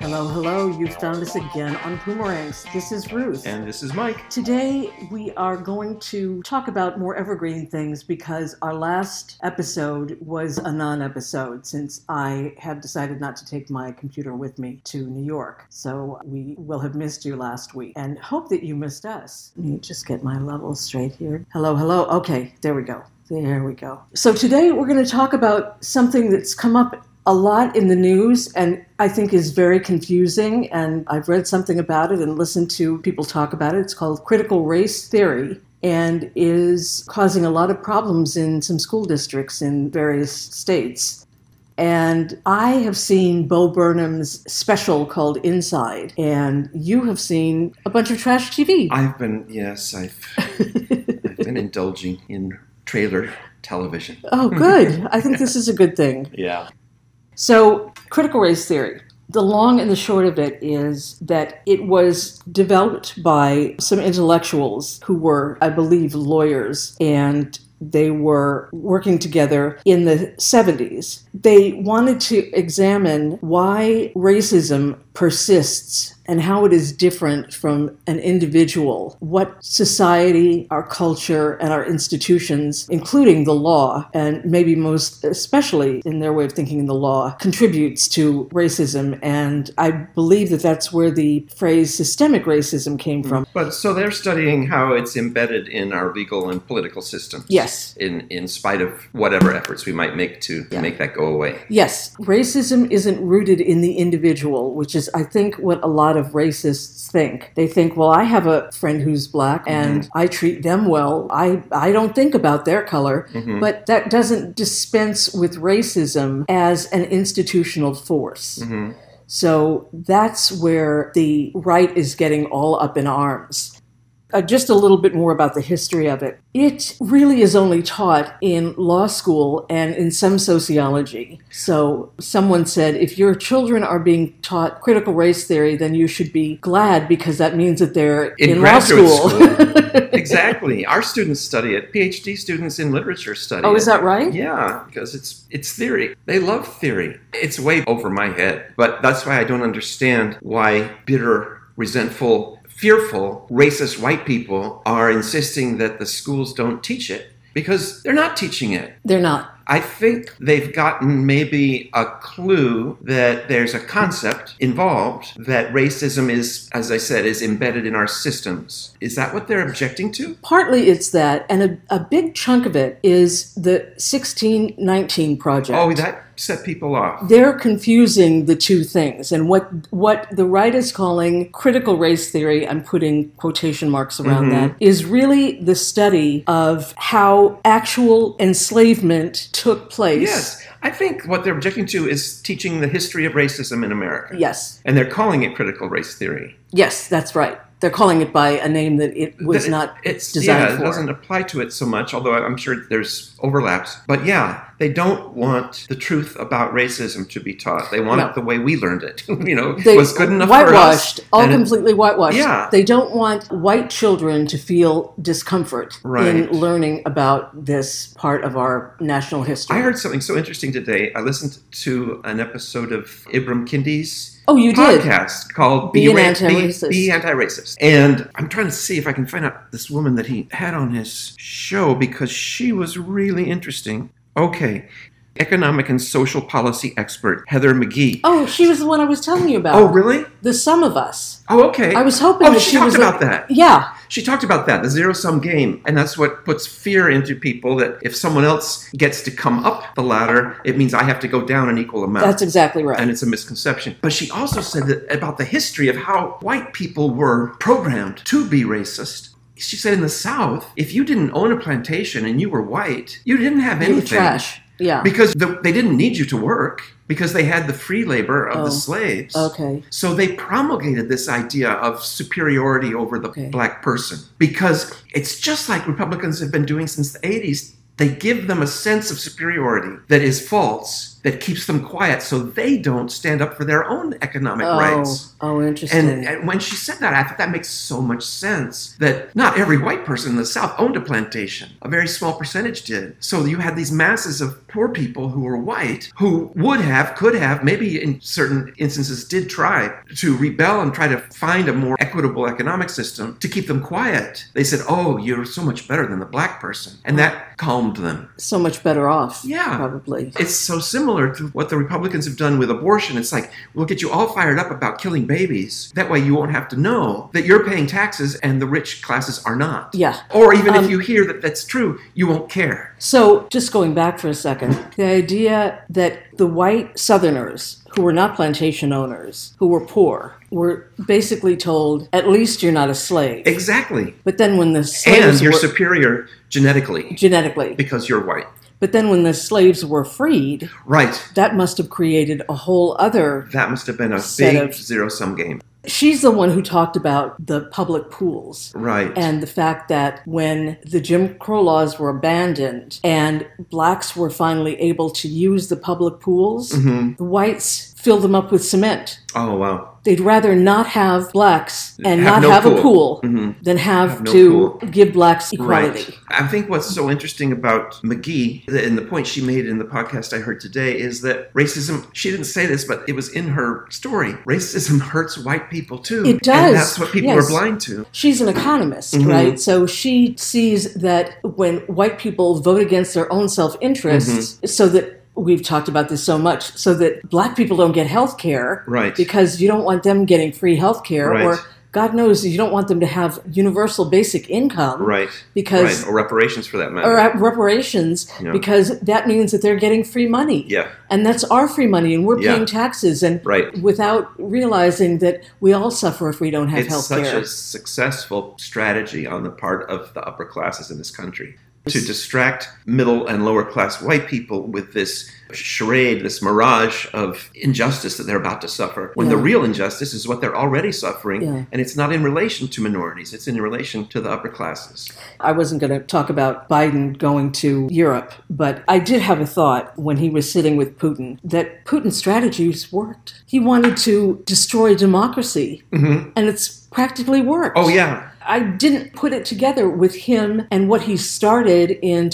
Hello, hello. You found us again on Boomerangs. This is Ruth. And this is Mike. Today, we are going to talk about more evergreen things because our last episode was a non episode since I have decided not to take my computer with me to New York. So we will have missed you last week and hope that you missed us. Let me just get my levels straight here. Hello, hello. Okay, there we go. There we go. So today, we're going to talk about something that's come up a lot in the news and I think is very confusing and I've read something about it and listened to people talk about it. It's called critical race theory and is causing a lot of problems in some school districts in various states. And I have seen Bo Burnham's special called Inside, and you have seen a bunch of trash TV. I've been, yes, I've, I've been indulging in trailer television. oh, good. I think this is a good thing. Yeah. So, critical race theory. The long and the short of it is that it was developed by some intellectuals who were, I believe, lawyers, and they were working together in the 70s. They wanted to examine why racism persists and how it is different from an individual, what society, our culture, and our institutions, including the law, and maybe most especially in their way of thinking the law, contributes to racism. And I believe that that's where the phrase systemic racism came from. But so they're studying how it's embedded in our legal and political systems. Yes. In, in spite of whatever efforts we might make to Yeah. make that go away. Yes, racism isn't rooted in the individual, which is, I think, what a lot of racists think. They think, well, I have a friend who's black and I treat them well. I, I don't think about their color. Mm-hmm. But that doesn't dispense with racism as an institutional force. mm-hmm. So that's where the right is getting all up in arms uh, just a little bit more about the history of it. It really is only taught in law school and in some sociology. So, someone said if your children are being taught critical race theory, then you should be glad because that means that they're in, law graduate school. school. exactly. Our students study it. PhD students in literature study oh, it. is that right? Yeah, because it's it's theory. They love theory. It's way over my head, but that's why I don't understand why bitter, resentful, fearful, racist white people are insisting that the schools don't teach it because they're not teaching it. They're not. I think they've gotten maybe a clue that there's a concept involved that racism is as I said is embedded in our systems. Is that what they're objecting to? Partly it's that, and a, a big chunk of it is the 1619 project. Oh, that set people off. they're confusing the two things and what what the right is calling critical race theory i'm putting quotation marks around Mm-hmm. that is really the study of how actual enslavement took place Yes, I think what they're objecting to is teaching the history of racism in America. yes And they're calling it critical race theory. yes that's right they're calling it by a name that it was That it- not it's designed yeah, for it doesn't apply to it so much, although I'm sure there's overlaps. But yeah, they don't want the truth about racism to be taught. They want No. it the way we learned it. you know, they was good enough for us. whitewashed all and it- completely whitewashed Yeah. they don't want white children to feel discomfort in Right. learning about this part of our national history I heard something so interesting today. I listened to an episode of Ibram Kendi's oh you did podcast called Be an Ra- Anti-Racist. Be, Be Anti-Racist. And I'm trying to see if I can find out this woman that he had on his show because she was really interesting. Okay. Economic and social policy expert Heather McGee. Oh, she was the one I was telling you about. Oh, really? the sum of us. Oh, okay. I was hoping Oh, that she, she talked was a- about that. Yeah, She talked about that, the zero sum game. And that's what puts fear into people that if someone else gets to come up the ladder, it means I have to go down an equal amount. that's exactly right. and it's a misconception. But she also said that about the history of how white people were programmed to be racist. She said in the South, if you didn't own a plantation and you were white, you didn't have You were anything. trash. Yeah. Because the, they didn't need you to work because they had the free labor of Oh. the slaves. okay. So they promulgated this idea of superiority over the Okay. black person because it's just like Republicans have been doing since the 80s They give them a sense of superiority that is false, that keeps them quiet, so they don't stand up for their own economic oh, rights. oh, interesting. And, and when she said that, I thought that makes so much sense that not every white person in the South owned a plantation. A very small percentage did. So you had these masses of poor people who were white who would have, could have, maybe in certain instances did try to rebel and try to find a more equitable economic system to keep them quiet. They said, Oh, you're so much better than the black person. And that calmed them. so much better off. Yeah. Probably. It's so similar to what the Republicans have done with abortion. It's like, we'll get you all fired up about killing babies. That way you won't have to know that you're paying taxes and the rich classes are not. Yeah. Um, Or even if you hear that that's true, you won't care. So, just going back for a second, the idea that the white Southerners who were not plantation owners, who were poor, were basically told, at least you're not a slave. Exactly. But then when the slaves And you're were superior genetically genetically, because you're white. but then when the slaves were freed, Right. that must have created a whole other. That must have been a Set big of- zero sum game. She's the one who talked about the public pools. Right. and the fact that when the Jim Crow laws were abandoned and blacks were finally able to use the public pools, Mm-hmm. the whites filled them up with cement. oh, wow. They'd rather not have blacks and Have not no have a pool. Mm-hmm. pool than have, no to pool. give blacks equality. Right. I think what's so interesting about McGee and the point she made in the podcast I heard today is that racism, she didn't say this, but it was in her story. Racism hurts white people too. It does, And that's what people yes. are blind to. She's an economist, Mm-hmm. right? So she sees that when white people vote against their own self interests, Mm-hmm. so that we've talked about this so much, so that black people don't get health care, Right. Because you don't want them getting free health care, Right. or God knows you don't want them to have universal basic income, Right. Because Right. Or reparations for that matter. or at reparations Yeah. because that means that they're getting free money. Yeah. And that's our free money and we're Yeah. paying taxes and Right. without realizing that we all suffer if we don't have It's health such care. a successful strategy on the part of the upper classes in this country to distract middle and lower class white people with this charade, this mirage of injustice that they're about to suffer, when the Yeah. real injustice is what they're already suffering. Yeah. And it's not in relation to minorities, it's in relation to the upper classes. I wasn't going to talk about Biden going to Europe, but I did have a thought when he was sitting with Putin that Putin's strategies worked. He wanted to destroy democracy, and it's practically worked. Mm-hmm. Oh, yeah. I didn't put it together with him and what he started in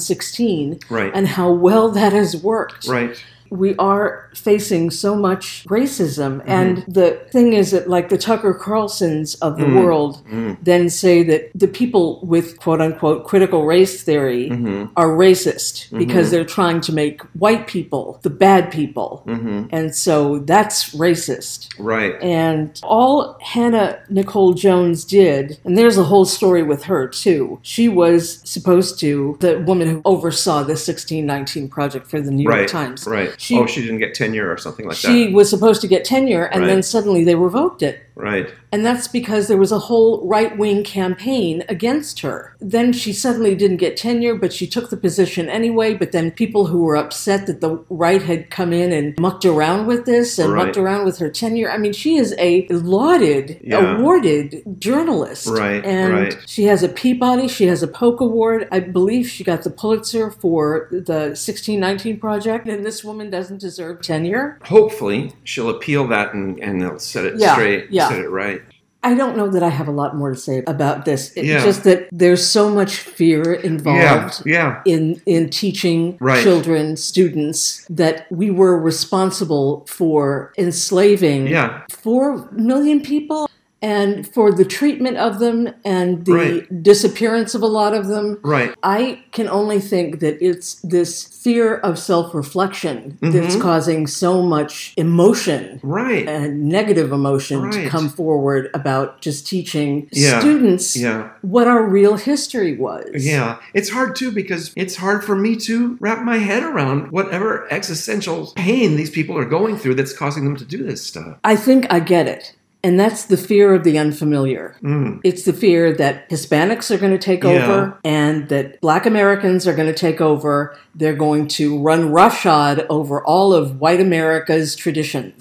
2016 Right. and how well that has worked Right. we are facing so much racism. And the thing is that, like the Tucker Carlsons of the world, then say that the people with quote unquote critical race theory are racist because they're trying to make white people the bad people. And so that's racist. Right. And all Hannah Nicole Jones did, and there's a whole story with her too. She was supposed to, the woman who oversaw the 1619 project for the New York Right. Times. Right. She, oh, she didn't get tenure or something like she that. was supposed to get tenure, and Right. then suddenly they revoked it. Right. And that's because there was a whole right wing campaign against her. Then she suddenly didn't get tenure, but she took the position anyway. But then people who were upset that the right had come in and mucked around with this and Right. mucked around with her tenure. I mean, she is a lauded, Yeah. awarded journalist. Right, And right. she has a Peabody, she has a Polk Award. I believe she got the Pulitzer for the 1619 Project. And this woman doesn't deserve tenure. Hopefully, she'll appeal that and, and they'll set it Yeah, straight, yeah. set it right. I don't know that I have a lot more to say about this. It's Yeah. just that there's so much fear Yeah. involved Yeah. in in teaching Right. children, students that we were responsible for enslaving Yeah. 4 million people and for the treatment of them and the Right. disappearance of a lot of them. Right. I can only think that it's this fear of self-reflection that's Mm-hmm. causing so much emotion Right. and negative emotion to Right. come forward about just teaching Yeah. students Yeah. what our real history was. Yeah, it's hard too because it's hard for me to wrap my head around whatever existential pain these people are going through that's causing them to do this stuff. I think I get it. And that's the fear of the unfamiliar. It's the fear that Hispanics are going to take Mm. Yeah. over and that Black Americans are going to take over. Mm-hmm, They're going to run roughshod over all of white America's traditions.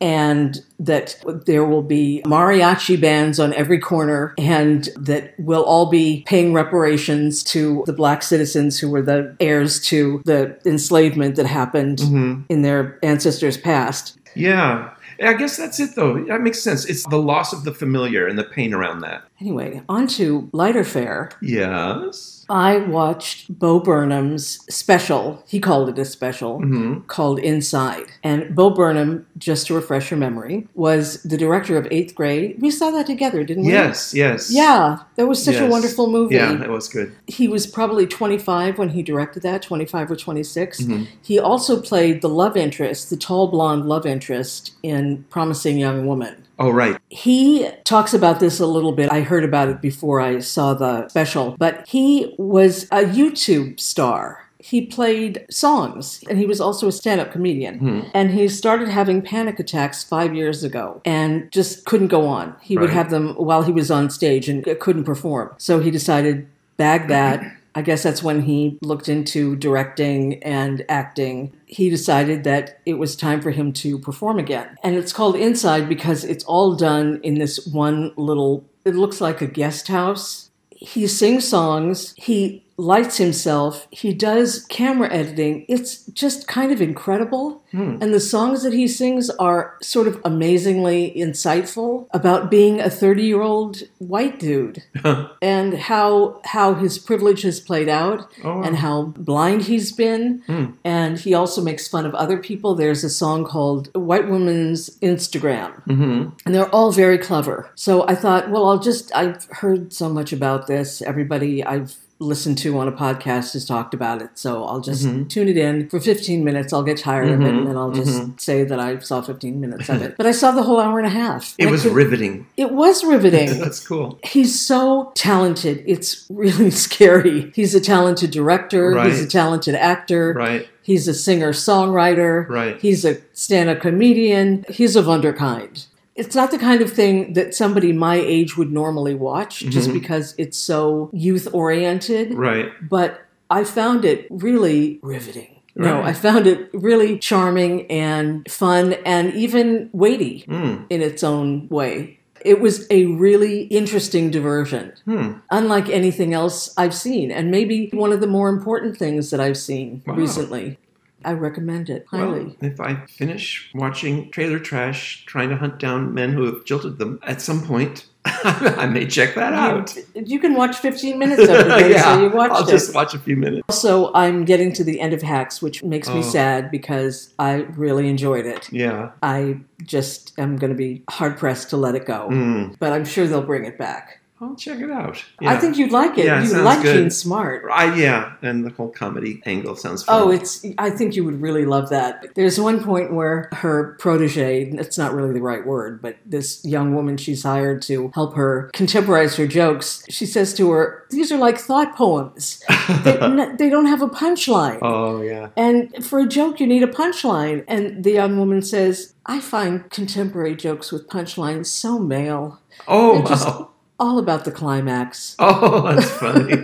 and that there will be mariachi bands on every corner and that we'll all be paying reparations to the black citizens who were the heirs to the enslavement that happened Mhm. in their ancestors' past. Yeah. I guess that's it, though. That makes sense. It's the loss of the familiar and the pain around that. Anyway, on to lighter fare. Yes. I watched Bo Burnham's special. He called it a special. hmm called Inside. And Bo Burnham, just to refresh your memory, was the director of Eighth Grade. We saw that together, didn't we? Yes, yes. Yeah, that was such a Yes. wonderful movie. Yeah, that was good. He was probably 25 when he directed that, 25 or 26. Mhm. He also played the love interest, the tall blonde love interest in Promising Young Woman. Oh, right. He talks about this a little bit. I heard about it before I saw the special, but he was a YouTube star. He played songs and he was also a stand up comedian. Mhm. And he started having panic attacks five years ago and just couldn't go on. He would Right. have them while he was on stage and couldn't perform. So he decided, bag that. I guess that's when he looked into directing and acting. He decided that it was time for him to perform again. And it's called Inside because it's all done in this one little, it looks like a guest house he sings songs he lights himself he does camera editing it's just kind of incredible Hmm. and the songs that he sings are sort of amazingly insightful about being a 30 year old white dude and how how his privilege has played out Oh, wow. Hmm. and how blind he's been and he also makes fun of other people there's a song called white woman's instagram mm-hmm. and they're all very clever. So I thought, well, I'll just, I've heard so much about this. Everybody I've listened to on a podcast has talked about it. So I'll just Mm-hmm. tune it in for 15 minutes. I'll get tired of it and then I'll just Mm-hmm. say that I saw 15 minutes of it. But I saw the whole hour and a half. It I was could- riveting. It was riveting. That's cool. He's so talented. It's really scary. He's a talented director. He's a Right. talented actor. Right. He's a singer songwriter. Right. He's a stand up comedian. He's of underkind. It's not the kind of thing that somebody my age would normally watch just because it's so youth oriented. Mm-hmm. Right. But I found it really riveting. No, Right. I found it really charming and fun and even weighty Mm-hmm. in its own way. It was a really interesting diversion, unlike anything else I've seen, and maybe one of the more important things that I've seen Wow. recently. I recommend it highly. Well, if I finish watching Trailer Trash, trying to hunt down men who have jilted them at some point, I may check that out. you can watch 15 minutes of it, okay? so you watched I'll it. just watch a few minutes. Also, I'm getting to the end of Hacks, which makes me Oh. sad because I really enjoyed it. Yeah. I just am going to be hard pressed to let it go, Mm. but I'm sure they'll bring it back. I'll check it out. I Yeah. think you'd like it. Yeah, it you sounds like good. Gene Smart. I, yeah, and the whole comedy angle sounds fun. Oh, it's. I think you would really love that. There's one point where her protege, it's not really the right word, but this young woman she's hired to help her contemporize her jokes, she says to her, These are like thought poems. They, n- they don't have a punchline. oh yeah. And for a joke, you need a punchline. And the young woman says, I find contemporary jokes with punchlines so male, Oh, just- wow. all about the climax. Oh, that's funny.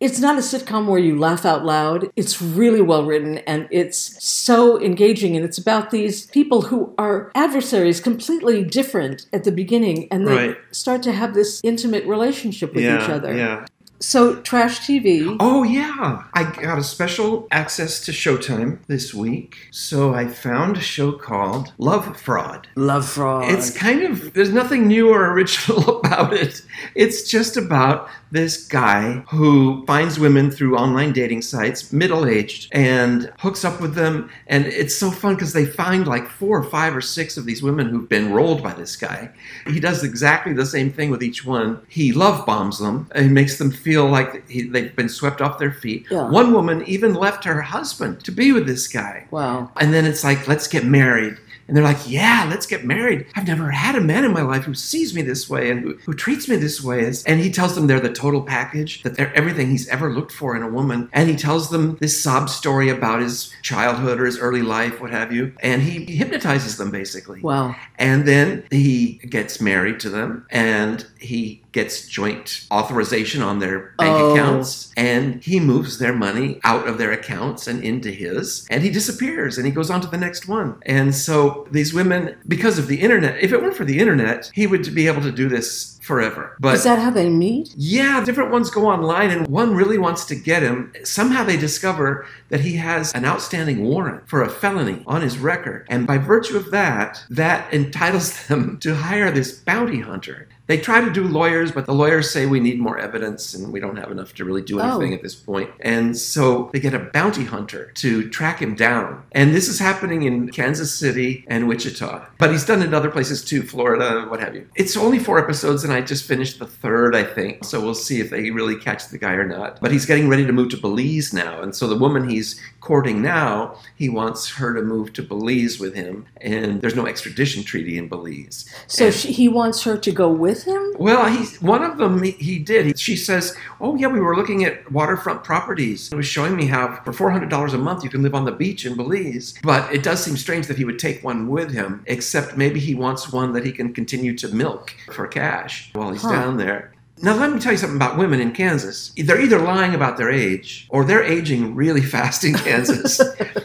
It's not a sitcom where you laugh out loud. It's really well written and it's so engaging. And it's about these people who are adversaries completely different at the beginning and they Right. start to have this intimate relationship with yeah. each other. Yeah. So, Trash TV. Oh, yeah. I got a special access to Showtime this week. So I found a show called Love Fraud. Love Fraud. It's kind of, there's nothing new or original about it. It's just about this guy who finds women through online dating sites, middle aged, and hooks up with them. And it's so fun because they find like four or five or six of these women who've been rolled by this guy. He does exactly the same thing with each one. He love bombs them and makes them feel like he, they've been swept off their feet. Yeah. One woman even left her husband to be with this guy. wow. And then it's like, let's get married. And they're like, yeah, let's get married. I've never had a man in my life who sees me this way and who, who treats me this way. And he tells them they're the total package, that they're everything he's ever looked for in a woman. And he tells them this sob story about his childhood or his early life, what have you. And he hypnotizes them basically. Wow. And then he gets married to them and he gets joint authorization on their bank Oh. accounts and he moves their money out of their accounts and into his and he disappears and he goes on to the next one and so these women because of the internet if it weren't for the internet he would be able to do this forever but Is that how they meet? yeah, different ones go online, and one really wants to get him. Somehow they discover that he has an outstanding warrant for a felony on his record. And by virtue of that, that entitles them to hire this bounty hunter. They try to do lawyers, but the lawyers say we need more evidence and we don't have enough to really do Oh. anything at this point. And so they get a bounty hunter to track him down. And this is happening in Kansas City and Wichita. But he's done it in other places too, Florida, what have you. It's only four episodes, and I just finished the third, I think. So we'll see if they really catch the guy or not. But he's getting ready to move to Belize now. And so the woman he's courting now, he wants her to move to Belize with him. And there's no extradition treaty in Belize. So And- she, he wants her to go with him? well, he's one of them. He, he did. He, she says, "Oh yeah, we were looking at waterfront properties. It was showing me how for four hundred dollars a month you can live on the beach in Belize. But it does seem strange that he would take one with him. Except maybe he wants one that he can continue to milk for cash while he's Huh. down there." Now, let me tell you something about women in Kansas. They're either lying about their age or they're aging really fast in Kansas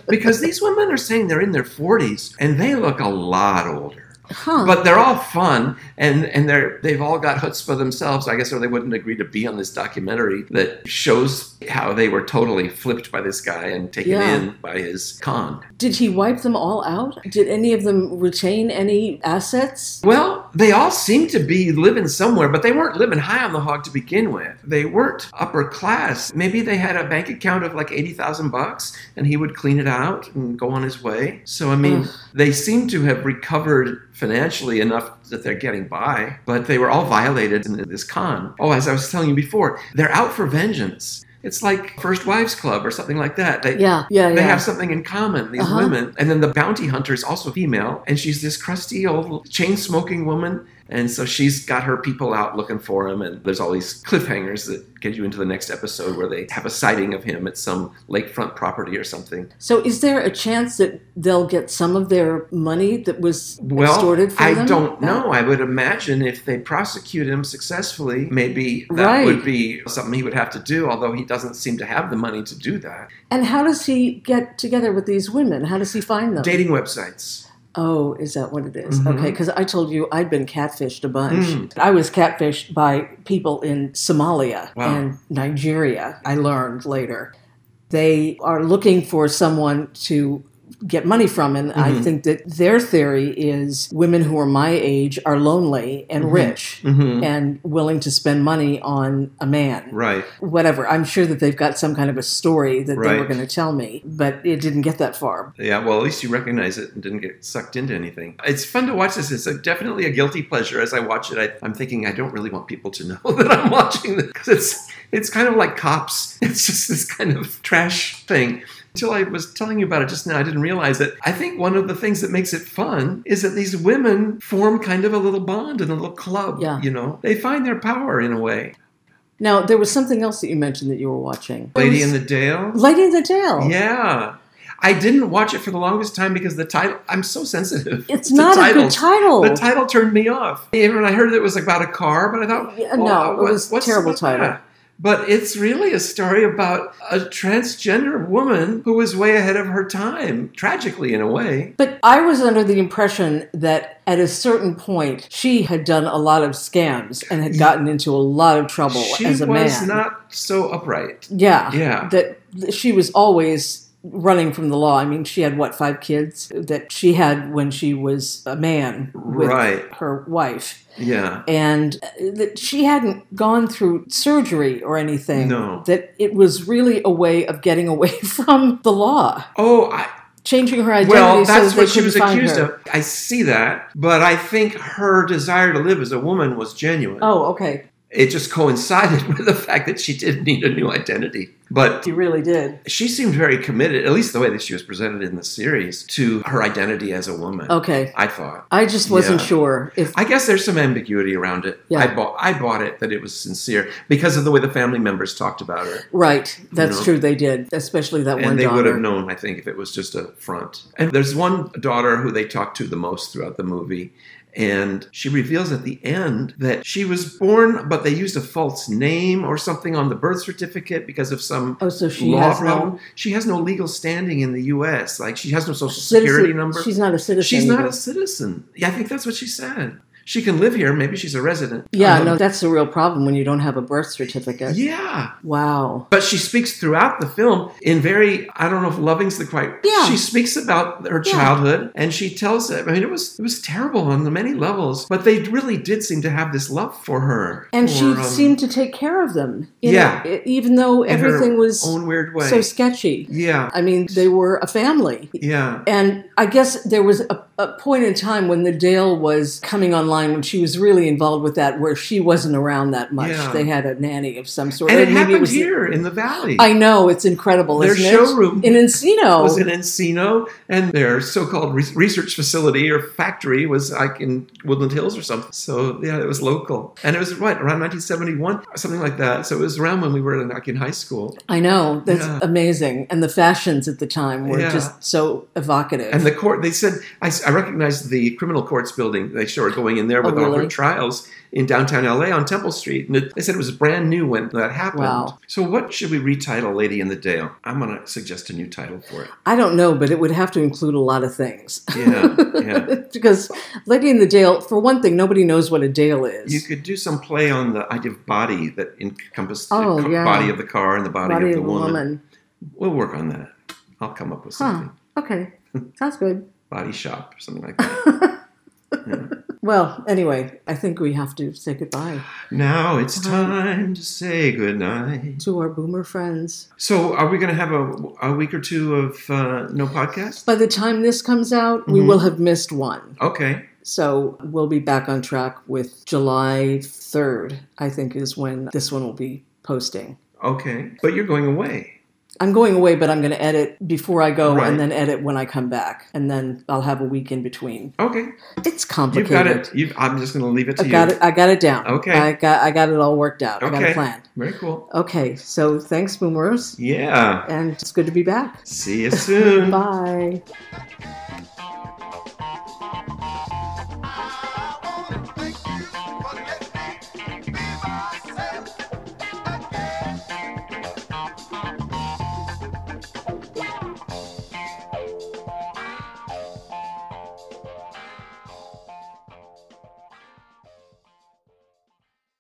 because these women are saying they're in their 40s and they look a lot older Huh. but they're all fun and and they're they've all got chutzpah themselves i guess or they wouldn't agree to be on this documentary that shows how they were totally flipped by this guy and taken Yeah. in by his con Did he wipe them all out? Did any of them retain any assets? well they all seem to be living somewhere but they weren't living high on the hog to begin with they weren't upper class maybe they had a bank account of like 80000 bucks and he would clean it out and go on his way so i mean Ugh. they seem to have recovered financially enough that they're getting by, but they were all violated in this con. Oh, as I was telling you before, they're out for vengeance. It's like First Wives Club or something like that. They, Yeah, yeah, They yeah. have something in common, these Uh-huh. women. And then the bounty hunter is also female, and she's this crusty old chain smoking woman. And so she's got her people out looking for him, and there's all these cliffhangers that get you into the next episode where they have a sighting of him at some lakefront property or something. So is there a chance that they'll get some of their money that was well, extorted from I them? don't know. I would imagine if they prosecute him successfully, maybe that Right. would be something he would have to do, although he doesn't seem to have the money to do that. And how does he get together with these women? How does he find them? Dating websites. Oh, is that what it is? Mhm. Okay, because I told you I'd been catfished a bunch. Mm. I was catfished by people in Somalia Wow. and Nigeria, I learned later. They are looking for someone to get money from. And I Mhm. think that their theory is women who are my age are lonely and Mhm. rich Mm-hmm. and willing to spend money on a man Right. whatever. I'm sure that they've got some kind of a story that they were Right. going to tell me, but it didn't get that far. Yeah, well, at least you recognize it and didn't get sucked into anything. It's fun to watch this. It's a, definitely a guilty pleasure. As I watch it, I, I'm thinking I don't really want people to know that I'm watching this because it's it's kind of like cops. It's just this kind of trash thing. Until I was telling you about it just now, I didn't realize that I think one of the things that makes it fun is that these women form kind of a little bond and a little club. Yeah. You know, they find their power in a way. Now, there was something else that you mentioned that you were watching. Lady in the Dale. Lady in the Dale. Yeah. I didn't watch it for the longest time because the title, I'm so sensitive. It's to not a good titles. title. The title turned me off. Even when I heard it was about a car, but I thought, Yeah, no, it was what's terrible with title. that? But it's really a story about a transgender woman who was way ahead of her time, tragically in a way. But I was under the impression that at a certain point she had done a lot of scams and had gotten into a lot of trouble she as a was man. Ah. not so upright. yeah. Yeah. That th- she was always running from the law. I mean, she had what, five kids that she had when she was a man with Right. her wife. Yeah. and uh, that she hadn't gone through surgery or anything. No. That it was really a way of getting away from the law, Oh, I, changing her identity. Well, so that's that they what she couldn't was find accused her. of. I see that, but I think her desire to live as a woman was genuine. Oh, okay. It just coincided with the fact that she did need a new identity. But She really did. she seemed very committed, at least the way that she was presented in the series, to her identity as a woman. Okay. I thought. I just wasn't Yeah. sure if. I guess there's some ambiguity around it. Yeah. I bought I bought it that it was sincere because of the way the family members talked about her. Right, that's No. true. They did, especially that one and they daughter. would have known, I think, if it was just a front. And there's one daughter who they talk to the most throughout the movie, And she reveals at the end that she was born, but they used a false name or something on the birth certificate because of some Oh, so she law has problem. no She has no legal standing in the U.S. Like she has no social security citizen. number. She's not a citizen. She's not either. a citizen. Yeah, I think that's what she said. She can live here. Maybe she's a resident. Yeah, Um, no, that's a real problem when you don't have a birth certificate. Yeah. Wow. But she speaks throughout the film in very, I don't know if loving's the quite. Yeah. She speaks about her Yeah. childhood and she tells it. I mean, it was it was terrible on the many levels, but they really did seem to have this love for her. And for, she um, seemed to take care of them. you know, Yeah. e- even though in her everything was own weird way. so sketchy. yeah. I mean, they were a family. Yeah. And I guess there was a, a point in time when the Dale was coming online when she was really involved with that, where she wasn't around that much. Yeah. They had a nanny of some sort. And Or it maybe happened was- here in the valley. I know it's incredible. Their isn't it? showroom in Encino. was in Encino, and their so-called re- research facility or factory was like in Woodland Hills or something. So yeah, it was local, and it was what around 1971 or something like that. So it was around when we were in, like in high school, I know that's Yeah. amazing, and the fashions at the time were Yeah. just so evocative. and the court. They said I, s- I recognized the criminal courts building. They sure are going in there Oh, with all really? their trials in downtown LA on Temple Street, and it, they said it was brand new when that happened. Wow. So what should we retitle Lady in the Dale? I'm going to suggest a new title for it. I don't know, but it would have to include a lot of things. Yeah, yeah. because Lady in the Dale, for one thing, nobody knows what a Dale is. You could do some play on the idea of body that encompassed Oh, the co- yeah. body of the car and the body, Body of the of a woman. We'll work on that. I'll come up with Huh. something. Okay, sounds good. Body shop or something like that. Well, anyway, I think we have to say goodbye now it's Uh-huh. time to say goodnight. to our boomer friends. So, are we going to have a, a week or two of uh, no podcast? By the time this comes out, we Mhm. will have missed one. Okay. So we'll be back on track with July 3rd, I think is when this one will be posting. Okay. But you're going away. I'm going away, but I'm going to edit before I go Right. and then edit when I come back. And then I'll have a week in between. Okay. It's You've complicated. got it. You've, I'm just going to leave it to I you. got it. I got it down. Okay. I got I got it all worked out. I got Okay. it planned. Very cool. Okay. So thanks, boomers, Yeah. and it's good to be back. See you soon. Bye.